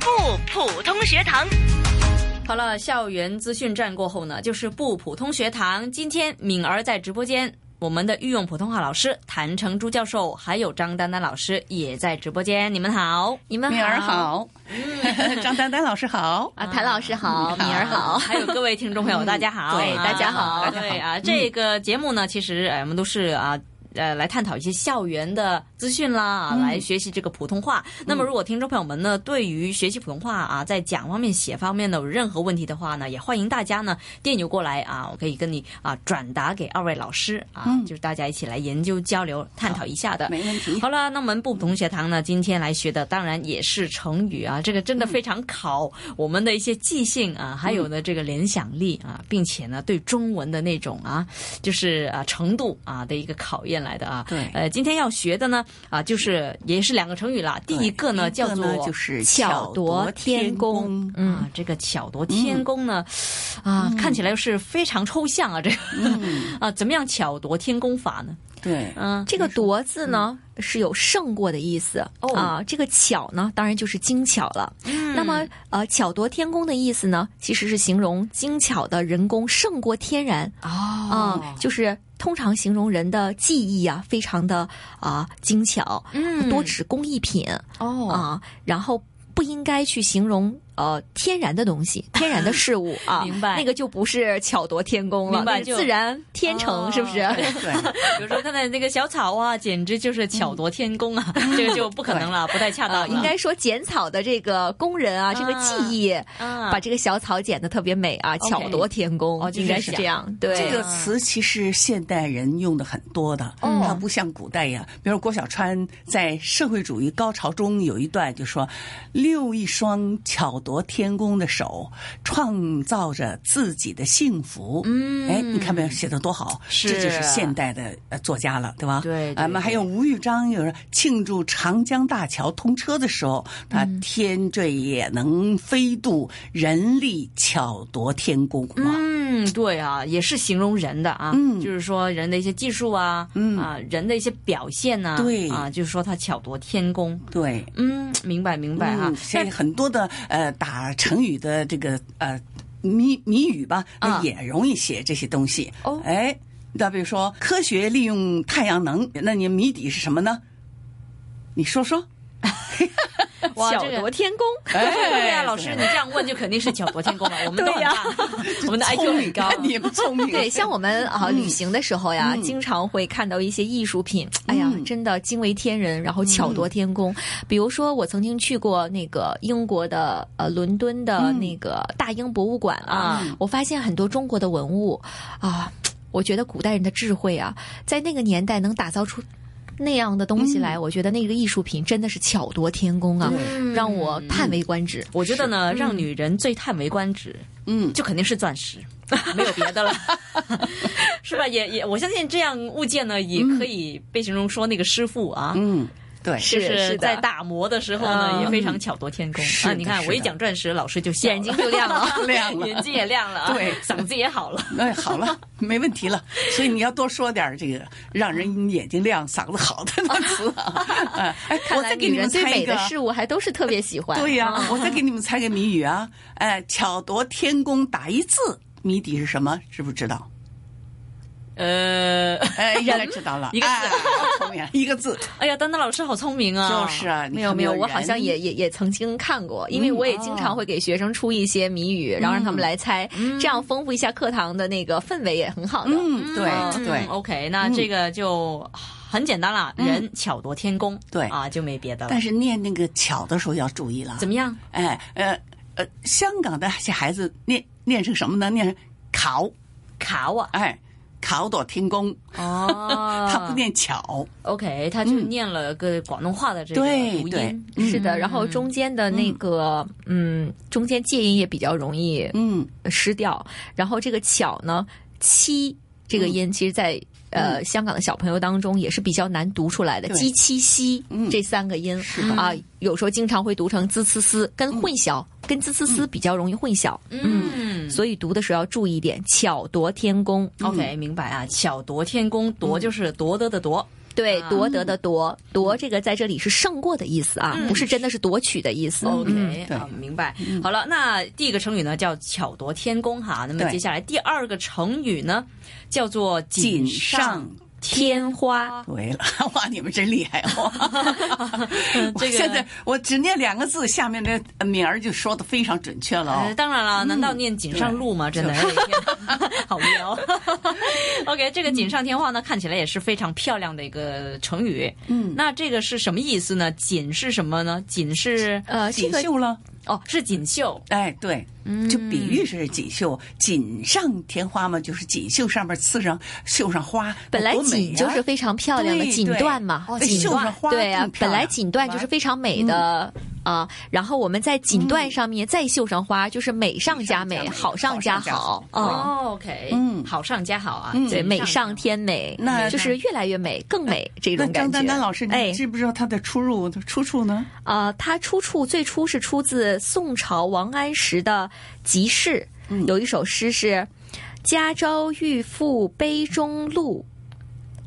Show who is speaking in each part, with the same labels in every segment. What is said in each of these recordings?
Speaker 1: 普通学堂。
Speaker 2: 好了，校园资讯站过后呢，就是不普通学堂。今天敏儿在直播间，我们的御用普通话老师谭成珠教授，还有张丹丹老师也在直播间。你们好，
Speaker 3: 你们
Speaker 4: 敏儿。好，嗯张丹丹老师 好，
Speaker 3: 啊，谭老师好，敏儿好，
Speaker 2: 还有各位听众朋友，大家好，
Speaker 3: 对
Speaker 2: 啊
Speaker 3: 大家好
Speaker 2: 对啊，这个节目呢，其实呃我们都是啊。呃，来探讨一些校园的资讯啦，啊来学习这个普通话。那么，如果听众朋友们呢，对于学习普通话啊，在讲方面、写方面呢，有任何问题的话呢，也欢迎大家呢电邮过来啊，我可以跟你啊转达给二位老师啊，就是大家一起来研究、交流、探讨一下的。
Speaker 4: 没问 题。
Speaker 2: 好了，那我们不同学堂呢，今天来学的当然也是成语啊，这个真的非常考我们的一些记性啊，还有呢这个联想力啊，并且呢对中文的那种啊，就是啊程度啊的一个考验来的啊。
Speaker 4: 对
Speaker 2: 呃，今天要学的呢啊，就是也是两个成语啦。第一个呢
Speaker 4: 第一
Speaker 2: 叫
Speaker 4: 个
Speaker 2: 做
Speaker 4: 就是
Speaker 2: 巧夺天工。
Speaker 4: 工，
Speaker 2: 嗯、啊，这个巧夺天工呢，啊，看起来是非常抽象啊，这个、 啊，怎么样巧夺天工法呢？
Speaker 4: 对，
Speaker 2: 嗯、
Speaker 3: 这个“夺”字呢是有胜过的意思
Speaker 2: 哦嗯
Speaker 3: 啊，这个“巧”呢当然就是精巧了。那么呃，巧夺天工的意思呢，其实是形容精巧的人工胜过天然
Speaker 2: 哦
Speaker 3: 啊、
Speaker 4: 嗯
Speaker 3: 就是通常形容人的技艺啊非常的啊、精巧，
Speaker 2: 嗯
Speaker 3: 多指工艺品啊、
Speaker 2: 哦
Speaker 3: 然后不应该去形容。呃，天然的东 西，天然的事物啊，
Speaker 2: 明白
Speaker 3: 那个就不是巧夺天工了，
Speaker 2: 明白
Speaker 3: 那是
Speaker 2: 就
Speaker 3: 自然天成，
Speaker 2: 哦
Speaker 3: 是不 是？
Speaker 4: 对，
Speaker 2: 比如说刚才那个小草啊，简直就是巧夺天工啊，这个就不可能了，不太恰当
Speaker 3: 啊，
Speaker 4: 嗯
Speaker 2: 了。
Speaker 3: 应该说剪草的这个工人啊，这个技艺，
Speaker 2: 啊
Speaker 3: 把这个小草剪得特别美啊，
Speaker 2: OK
Speaker 3: 巧夺天工，
Speaker 2: 哦就是
Speaker 3: 应该是这样。对，
Speaker 4: 这个词其实现代人用的很多的，
Speaker 2: 哦
Speaker 4: 它不像古代呀。比如郭小川在社会主义高潮中有一段就说：“六一双巧夺天工的手，创造着自己的幸福。”
Speaker 2: 嗯
Speaker 4: 哎，你看没有，写的多好，
Speaker 2: 是
Speaker 4: 这就是现代的呃作家了，对吧？
Speaker 2: 对对
Speaker 4: 俺啊们还有吴玉章，有人庆祝长江大桥通车的时候，他
Speaker 2: 嗯
Speaker 4: 天坠也能飞渡，人力巧夺天工啊。
Speaker 2: 嗯，对啊，也是形容人的啊，
Speaker 4: 嗯
Speaker 2: 就是说人的一些技术啊，
Speaker 4: 嗯
Speaker 2: 啊，人的一些表现呐、
Speaker 4: 对
Speaker 2: 啊，就是说他巧夺天工。
Speaker 4: 对，
Speaker 2: 嗯，明白明白啊
Speaker 4: 嗯，。所以很多的呃打成语的这个呃谜谜语吧，
Speaker 2: 啊
Speaker 4: 那也容易写这些东西。
Speaker 2: 哦
Speaker 4: 哎，那比如说科学利用太阳能，那你谜底是什么呢？你说说。
Speaker 2: 哇
Speaker 3: 巧
Speaker 2: 这个
Speaker 3: 夺天工。
Speaker 4: 哎
Speaker 2: 对啊，老师，你这样问就肯定是巧夺天工了。我们都很
Speaker 3: 对呀
Speaker 2: 大， 我们的 IQ
Speaker 4: 聪
Speaker 2: 很
Speaker 4: 明
Speaker 2: 高。啊
Speaker 4: 看你们聪明。
Speaker 3: 对，像我们啊、旅行的时候呀，
Speaker 4: 嗯
Speaker 3: 经常会看到一些艺术品，哎呀，
Speaker 4: 嗯
Speaker 3: 真的惊为天人，然后巧夺天工。比如说，我曾经去过那个英国的呃伦敦的
Speaker 4: 嗯
Speaker 3: 那个大英博物馆啊，
Speaker 2: 嗯
Speaker 3: 我发现很多中国的文物啊，我觉得古代人的智慧啊，在那个年代能打造出。那样的东西来，我觉得那个艺术品真的是巧夺天工啊，让我叹为观止。
Speaker 2: 我觉得呢，让女人最叹为观止，
Speaker 4: 嗯，
Speaker 2: 就肯定是钻 石，没有别的了， 是吧？也也，我相信这样物件呢，也可以被形容说那个师傅啊。
Speaker 4: 嗯，对，
Speaker 2: 就是是
Speaker 3: 是的
Speaker 2: 在打磨的时候呢，
Speaker 3: 嗯
Speaker 2: 也非常巧夺天工
Speaker 4: 是
Speaker 2: 啊！
Speaker 4: 的
Speaker 2: 你看，
Speaker 4: 是的
Speaker 2: 我一讲钻石，老师就笑了
Speaker 3: 眼睛就亮了
Speaker 4: 亮了
Speaker 2: 眼睛也亮了啊，
Speaker 4: 对
Speaker 2: 嗓子也好了。
Speaker 4: 哎，好了，没问题了。所以你要多说点儿这个让人眼睛亮、嗓子好的那词啊。哎哎，
Speaker 3: 看
Speaker 4: 我
Speaker 3: 来
Speaker 4: 再给
Speaker 3: 女
Speaker 4: 你
Speaker 3: 人
Speaker 4: 们
Speaker 3: 对
Speaker 4: 猜一
Speaker 3: 美
Speaker 4: 个
Speaker 3: 的。事物还都是特啊别喜欢。
Speaker 4: 对呀、我再给你们猜个谜语啊，哎，巧夺天工打一字，谜底是什么？知不知道？
Speaker 2: 呃，
Speaker 4: 哎， 应该知道了，
Speaker 2: 一个字
Speaker 4: 哎好聪明，一个字，
Speaker 2: 哎呀，丹丹老师好聪明啊！
Speaker 4: 就是啊，
Speaker 3: 没有没有，我好像
Speaker 4: 也。
Speaker 3: 也也也曾经看过，因为
Speaker 4: 嗯
Speaker 3: 我也经常
Speaker 4: 哦
Speaker 3: 会给学生出一些谜语，然后让他们来猜，这样丰富一下课堂的那个氛围也很好的。
Speaker 4: 嗯，对对
Speaker 2: 嗯，OK，那这个就很简单了，人巧夺天工，
Speaker 4: 对
Speaker 2: 啊，就没别的了
Speaker 4: 但。是念那个“巧”的时候要注意了。
Speaker 2: 怎么样？
Speaker 4: 哎呃呃，香港的这孩子念念成什么呢？念成“考
Speaker 2: 卡哇”，
Speaker 4: 哎，“考朵天工”，
Speaker 3: 啊
Speaker 2: 哦，
Speaker 4: 他不念“巧
Speaker 2: OK，他就念了个广东话的这
Speaker 4: 嗯
Speaker 2: 个
Speaker 4: 对
Speaker 2: 读
Speaker 4: 对
Speaker 2: 音，
Speaker 3: 嗯是
Speaker 4: 嗯
Speaker 3: 的，然后中间的那个，嗯，中间介音也比较容易”。
Speaker 4: 嗯，
Speaker 3: 失掉，然后这个巧呢，七这
Speaker 4: 嗯
Speaker 3: 个音，其实在呃香港的小朋友当中也是比较难读出来的，
Speaker 4: 对
Speaker 3: 鸡七西
Speaker 4: 嗯
Speaker 3: 这三个音
Speaker 4: 是的嗯
Speaker 3: 啊，有时候经常会读成滋呲丝，跟混淆，跟滋呲丝比较容易混淆，
Speaker 2: 嗯
Speaker 3: 所以读的时候要注意一点，巧夺天工。
Speaker 4: 嗯
Speaker 3: 哦
Speaker 2: OK，明白啊，巧夺天工，夺就是夺得的夺，
Speaker 3: 对
Speaker 2: 啊，
Speaker 3: 夺得的夺，夺这个在这里是胜过的意思啊，
Speaker 4: 嗯
Speaker 3: 不是真的是夺取的意
Speaker 4: 哦
Speaker 3: 思。嗯
Speaker 2: OK，
Speaker 4: 对嗯
Speaker 2: 啊，明白。好了，那第一个成语呢叫巧夺天工哈，那么
Speaker 4: 对
Speaker 2: 接下来第二个成语呢叫做
Speaker 4: 锦
Speaker 2: 上
Speaker 4: 上
Speaker 3: 天花，
Speaker 4: 对了， 哇，你们真厉害哦！ 我
Speaker 2: 这个
Speaker 4: 现在我只念两个字，下面的名儿就说的非常准确了
Speaker 2: 呃，
Speaker 4: 哦。
Speaker 2: 当然了，难道念锦上路吗？真的，哎呀 好无聊。OK，这个
Speaker 4: 嗯
Speaker 2: 锦上添花呢，看起来也是非常漂亮的一个成语。嗯，那这个是什么意思呢？锦是什么呢？锦是
Speaker 3: 呃，这
Speaker 4: 锦
Speaker 3: 个嗯
Speaker 4: 绣了，
Speaker 2: 哦，是锦绣。
Speaker 4: 哎，对，就比喻是锦绣，锦上添花嘛，就是锦绣上面刺上绣上花，
Speaker 3: 本来
Speaker 4: 多美啊
Speaker 3: 锦
Speaker 4: 呀
Speaker 3: 就是非常漂亮的
Speaker 4: 对
Speaker 3: 锦缎嘛
Speaker 4: 啊对，哦
Speaker 3: 锦
Speaker 4: 绣上花
Speaker 3: 对啊
Speaker 4: 更，漂
Speaker 3: 本来
Speaker 4: 亮嗯
Speaker 3: 锦缎就是非常美的。啊，然后我们在锦缎上面再绣上花，就是美上加
Speaker 4: 美上
Speaker 3: 美，
Speaker 4: 加美
Speaker 3: 好上
Speaker 4: 好
Speaker 3: 加
Speaker 4: 上加
Speaker 3: 好
Speaker 4: 好
Speaker 3: 啊。
Speaker 2: 哦，OK，
Speaker 4: 嗯
Speaker 2: 好上加好啊，
Speaker 4: 嗯
Speaker 3: 对，美上
Speaker 2: 加
Speaker 3: 添美，
Speaker 4: 那
Speaker 3: 就是越来越美，更美这
Speaker 4: 那
Speaker 3: 种感
Speaker 4: 张
Speaker 3: 觉。
Speaker 4: 丹丹老师，
Speaker 3: 哎
Speaker 4: 你，知不知道它的出入出处呢？
Speaker 3: 呃，它出处最初是出自宋朝王安石的集市，
Speaker 2: 嗯
Speaker 3: 有一首诗是“家朝欲赋杯中露，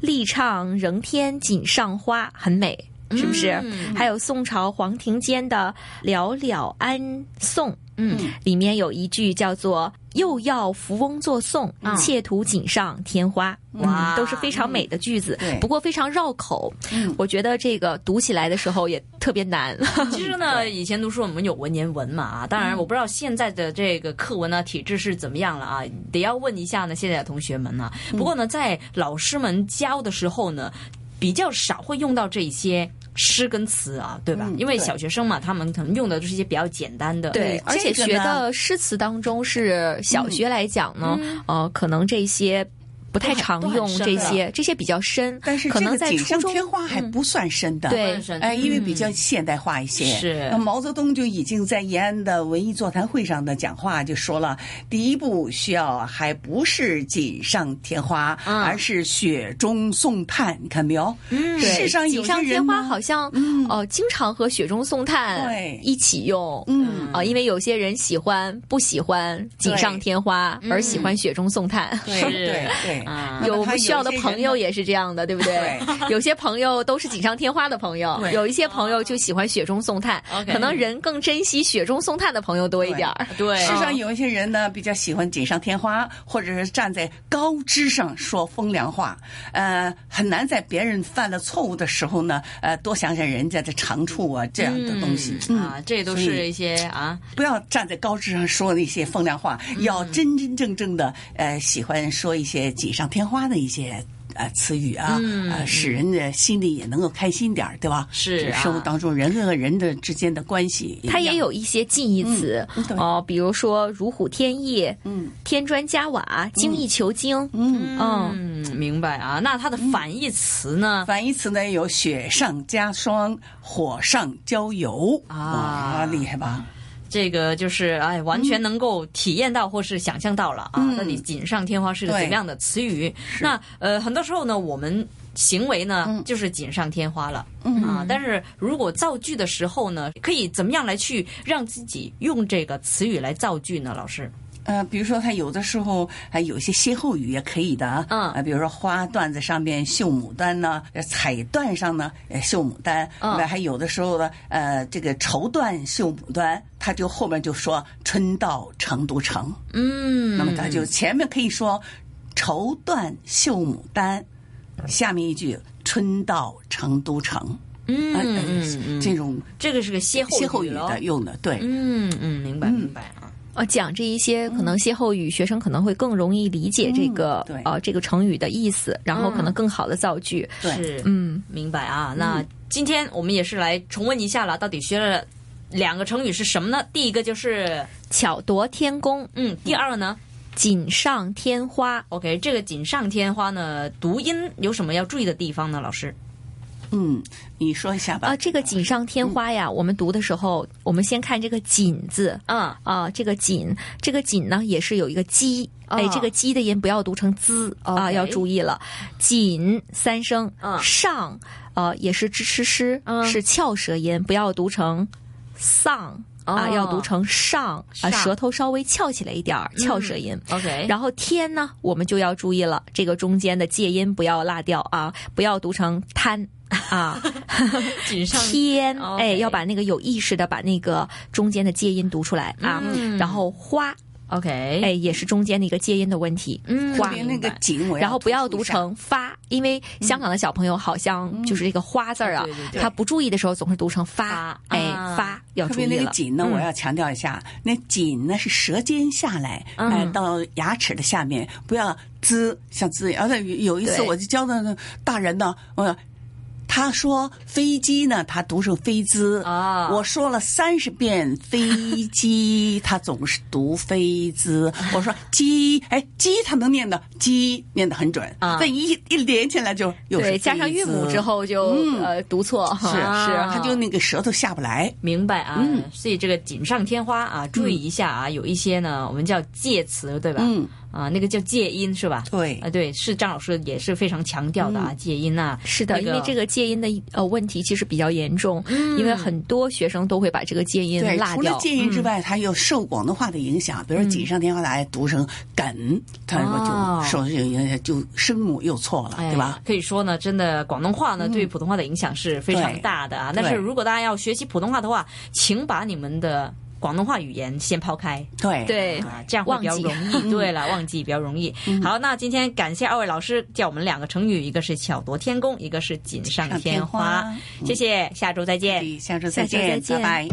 Speaker 3: 力唱仍添锦上花”，很美，是不是？
Speaker 2: 嗯
Speaker 3: 还有宋朝黄庭坚的《寥寥安颂》，
Speaker 2: 嗯，
Speaker 3: 里面有一句叫做“又要扶翁作颂
Speaker 2: 嗯，
Speaker 3: 窃图锦上添花”，
Speaker 2: 哇
Speaker 3: 都是非常美的句子
Speaker 4: 嗯对，嗯
Speaker 3: 不过非常绕口。我觉得这个读起来的时候也特别 难。
Speaker 2: 其实呢，以前读书我们有文言文嘛啊，当然我不知道现在的这个课文呢啊体制是怎么样了啊，得要问一下呢现在的同学们呢。不过呢，在老师们教的时候呢，比较少会用到这些。诗跟词啊，对吧？
Speaker 4: 嗯
Speaker 2: 因为
Speaker 4: 对
Speaker 2: 小学生嘛，他们可能用的都是一些比较简单的。
Speaker 3: 对， 而且
Speaker 4: 这个
Speaker 3: 学
Speaker 4: 呢
Speaker 3: 的诗词当中是小学来讲呢，
Speaker 4: 嗯
Speaker 3: 呃，可能这些不太
Speaker 2: 都很
Speaker 3: 常
Speaker 2: 都很
Speaker 3: 用
Speaker 2: 深
Speaker 3: 这
Speaker 2: 了
Speaker 3: 些，这些比较深，
Speaker 4: 啊但是
Speaker 3: 可
Speaker 4: 这
Speaker 3: 能
Speaker 4: 个
Speaker 3: 在
Speaker 4: 锦
Speaker 3: 初
Speaker 4: 上
Speaker 3: 中嗯
Speaker 4: 添花还不算深的，
Speaker 3: 对
Speaker 2: 不算深
Speaker 4: 哎，因为比
Speaker 3: 嗯
Speaker 4: 较现代化一些。
Speaker 2: 是
Speaker 4: 那毛泽东就已经在延安的文艺座谈会上的讲话就说了，第一步需要还不是锦上添花，
Speaker 3: 啊
Speaker 2: 嗯
Speaker 4: 而是雪中送炭。你看没有？嗯
Speaker 3: 对
Speaker 4: 世上
Speaker 3: 锦
Speaker 4: 有些
Speaker 3: 上添
Speaker 4: 人
Speaker 3: 花
Speaker 4: 呢嗯
Speaker 3: 好像、呃经常和雪中送炭
Speaker 4: 对
Speaker 3: 一起用，
Speaker 4: 嗯
Speaker 3: 啊、因为有些人喜欢不喜欢锦上
Speaker 4: 对嗯
Speaker 3: 添花，而喜欢雪中送炭。
Speaker 4: 对
Speaker 2: 是
Speaker 4: 对对，
Speaker 2: 啊
Speaker 4: 那么
Speaker 3: 有我
Speaker 4: 他
Speaker 3: 们需要的
Speaker 4: 些
Speaker 3: 朋
Speaker 4: 人
Speaker 3: 友
Speaker 4: 呢
Speaker 3: 也是这样的，对不对？ 有些朋友都是锦上添花的朋友，
Speaker 4: 对哦
Speaker 3: 有一些朋友就喜欢雪中送炭
Speaker 2: OK，
Speaker 3: 可能人更珍惜雪中送炭的朋友多一点儿。
Speaker 2: 对，
Speaker 4: 世上有一些人呢，比较喜欢锦上添花，或者是站在高枝上说风凉话，呃，很难在别人犯了错误的时候呢，呃，多想想人家的长处啊，这样的东西。
Speaker 2: 嗯啊，这都
Speaker 4: 所
Speaker 2: 是
Speaker 4: 以
Speaker 2: 一些啊，
Speaker 4: 不要站在高枝上说那些风凉话，要
Speaker 2: 嗯
Speaker 4: 真真正正的，呃，喜欢说一些锦上添花的一些。呃，词语啊，呃，使人的心里也能够开心点儿，对吧？
Speaker 2: 嗯是
Speaker 4: 这
Speaker 2: 啊
Speaker 4: 生活当中人和人的之间的关系一样，
Speaker 3: 它也有一些近义词
Speaker 4: 嗯对
Speaker 3: 哦，比如说如虎添翼、
Speaker 4: 嗯
Speaker 3: 添砖加瓦、精益求精。
Speaker 4: 嗯，
Speaker 3: 嗯，
Speaker 2: 嗯，明白啊。那它的反义词呢？
Speaker 4: 反义词呢有雪上加霜、火上浇油
Speaker 2: 啊
Speaker 4: 哇厉害吧？
Speaker 2: 这个就是哎，完全能够体验到或是想象到了啊，
Speaker 4: 嗯
Speaker 2: 到底锦上添花是个
Speaker 4: 对
Speaker 2: 怎么样的词语？那呃，很多时候呢，我们行为呢、
Speaker 4: 嗯
Speaker 2: 就是锦上添花了、
Speaker 4: 嗯
Speaker 2: 啊。但是如果造句的时候呢，可以怎么样来去让自己用这个词语来造句呢？老师，
Speaker 4: 呃，比如说他有的时候还有一些歇后语也可以的啊，
Speaker 2: 嗯
Speaker 4: 呃比如说花缎子上面绣牡丹呢，呃彩缎上呢呃绣牡丹，
Speaker 2: 嗯
Speaker 4: 那还有的时候呢，呃，这个绸缎绣牡丹，他就后面就说春到成都城，
Speaker 2: 嗯
Speaker 4: 那么他就前面可以说绸缎绣牡丹，下面一句春到成都城，
Speaker 2: 嗯
Speaker 4: 哎哎
Speaker 2: 嗯嗯，
Speaker 4: 这种
Speaker 2: 这个是个歇后
Speaker 4: 歇后语
Speaker 2: 咯
Speaker 4: 的用的，对，
Speaker 2: 嗯嗯，明白明白啊。
Speaker 3: 呃，讲这一些可能歇后语，学生可能会更容易理解这个
Speaker 4: 嗯对嗯
Speaker 3: 呃这个成语的意思，然后可能更好的造句。
Speaker 4: 对
Speaker 2: 是，
Speaker 3: 嗯，
Speaker 2: 明白啊。那今天我们也是来重温一下了，到底学了两个成语是什么呢？第一个就是
Speaker 3: 巧夺天工，
Speaker 2: 嗯，第二个呢
Speaker 3: 锦上添花。
Speaker 2: ，OK，这个锦上添花呢，读音有什么要注意的地方呢？老师，
Speaker 4: 嗯，你说一下吧。嗯
Speaker 3: 啊，这个锦上添花呀，我们读的时候，我们先看这个锦字
Speaker 2: 嗯，
Speaker 3: 啊，这个锦，这个锦呢也是有一个鸡，哎，
Speaker 2: 哦
Speaker 3: 这个鸡的音不要读成滋啊，
Speaker 2: OK
Speaker 3: 要注意了，锦三声
Speaker 2: 嗯，
Speaker 3: 上呃也是支吃诗
Speaker 2: 嗯，
Speaker 3: 是翘舌音，不要读成丧啊，
Speaker 2: 哦
Speaker 3: 要读成上啊，
Speaker 2: 上嗯哎
Speaker 3: 舌头稍微翘起来一点儿，翘舌音。
Speaker 2: OK，
Speaker 3: 然后天呢，我们就要注意了，这个中间的介音不要落掉啊，不要读成贪啊，
Speaker 2: 锦上
Speaker 3: 天，
Speaker 2: OK
Speaker 3: 哎，要把那个有意识的把那个中间的介音读出来啊。
Speaker 2: 嗯
Speaker 3: 然后花，
Speaker 2: OK，
Speaker 3: 哎，也是中间的一个介音的问题。
Speaker 2: 嗯
Speaker 3: 花
Speaker 4: 特别那个景，我
Speaker 3: 然后不要
Speaker 4: 突出
Speaker 3: 读
Speaker 4: 一下
Speaker 3: 成发，因为香港的小朋友好像就是这个花字儿啊
Speaker 2: 对对，对
Speaker 3: 他不注意的时候总是读成发
Speaker 2: 发，
Speaker 3: 哎
Speaker 2: 啊，
Speaker 3: 发要
Speaker 4: 特
Speaker 3: 注
Speaker 4: 别
Speaker 3: 意
Speaker 4: 那个
Speaker 3: 了。
Speaker 4: 紧呢，
Speaker 3: 嗯
Speaker 4: 我要强调一下，那紧呢是舌尖下来，
Speaker 2: 嗯
Speaker 4: 哎，到牙齿的下面，不要滋像滋。而且有一次
Speaker 3: 对
Speaker 4: 我就教的那大人呢，我他说飞机呢，他读成飞滋
Speaker 3: 哦
Speaker 2: 啊
Speaker 4: 我说了三十遍飞机，他总是读飞滋。我说鸡，哎，鸡他能念的鸡念的很准
Speaker 2: 啊
Speaker 4: 但一一连起来就有
Speaker 3: 对，加上韵母之。后就
Speaker 4: 嗯
Speaker 3: 呃读错，
Speaker 4: 是是，
Speaker 2: 啊
Speaker 4: 他就那个舌头下不来，
Speaker 2: 明白啊，
Speaker 4: 嗯
Speaker 2: 所以这个锦上添花啊，注意一下啊，有一些呢，我们叫介词，对吧？
Speaker 4: 嗯，
Speaker 2: 啊，那个叫介音是吧？
Speaker 4: 对
Speaker 2: 啊，对，是张老师也是非常强调的啊，介音呐、
Speaker 3: 是的，
Speaker 2: 那个
Speaker 3: 因为这个嗯介音的呃问题其实比较严重，因为很多学生都会把这个介音
Speaker 4: 对，
Speaker 3: 落
Speaker 4: 除了
Speaker 3: 掉。
Speaker 4: 介音之外，它又受广东话的影响，比如说锦上添花，大家读成梗，他
Speaker 2: 哦
Speaker 4: 说就受这个影响，就声母又错了，
Speaker 2: 哎
Speaker 4: 对吧？？
Speaker 2: 可以说呢，真的广东话呢、对普通话的影响是非常
Speaker 4: 对
Speaker 2: 大的啊。
Speaker 4: 对
Speaker 2: 但是如果大家要学习普通话的话，请把你们的广东话语言先抛开，
Speaker 4: 对
Speaker 3: 对
Speaker 2: 啊，这样会比较容易。 对了，忘记比嗯较容易。好，那今天感谢二位老师教我们两个成语，一个是巧夺天工，一个是锦上
Speaker 4: 上
Speaker 2: 添
Speaker 4: 天花
Speaker 2: 哎
Speaker 4: 哎
Speaker 2: 花。谢谢，下周再见。
Speaker 4: 下周再
Speaker 3: 下周再
Speaker 4: 见，
Speaker 3: 见
Speaker 4: 拜拜。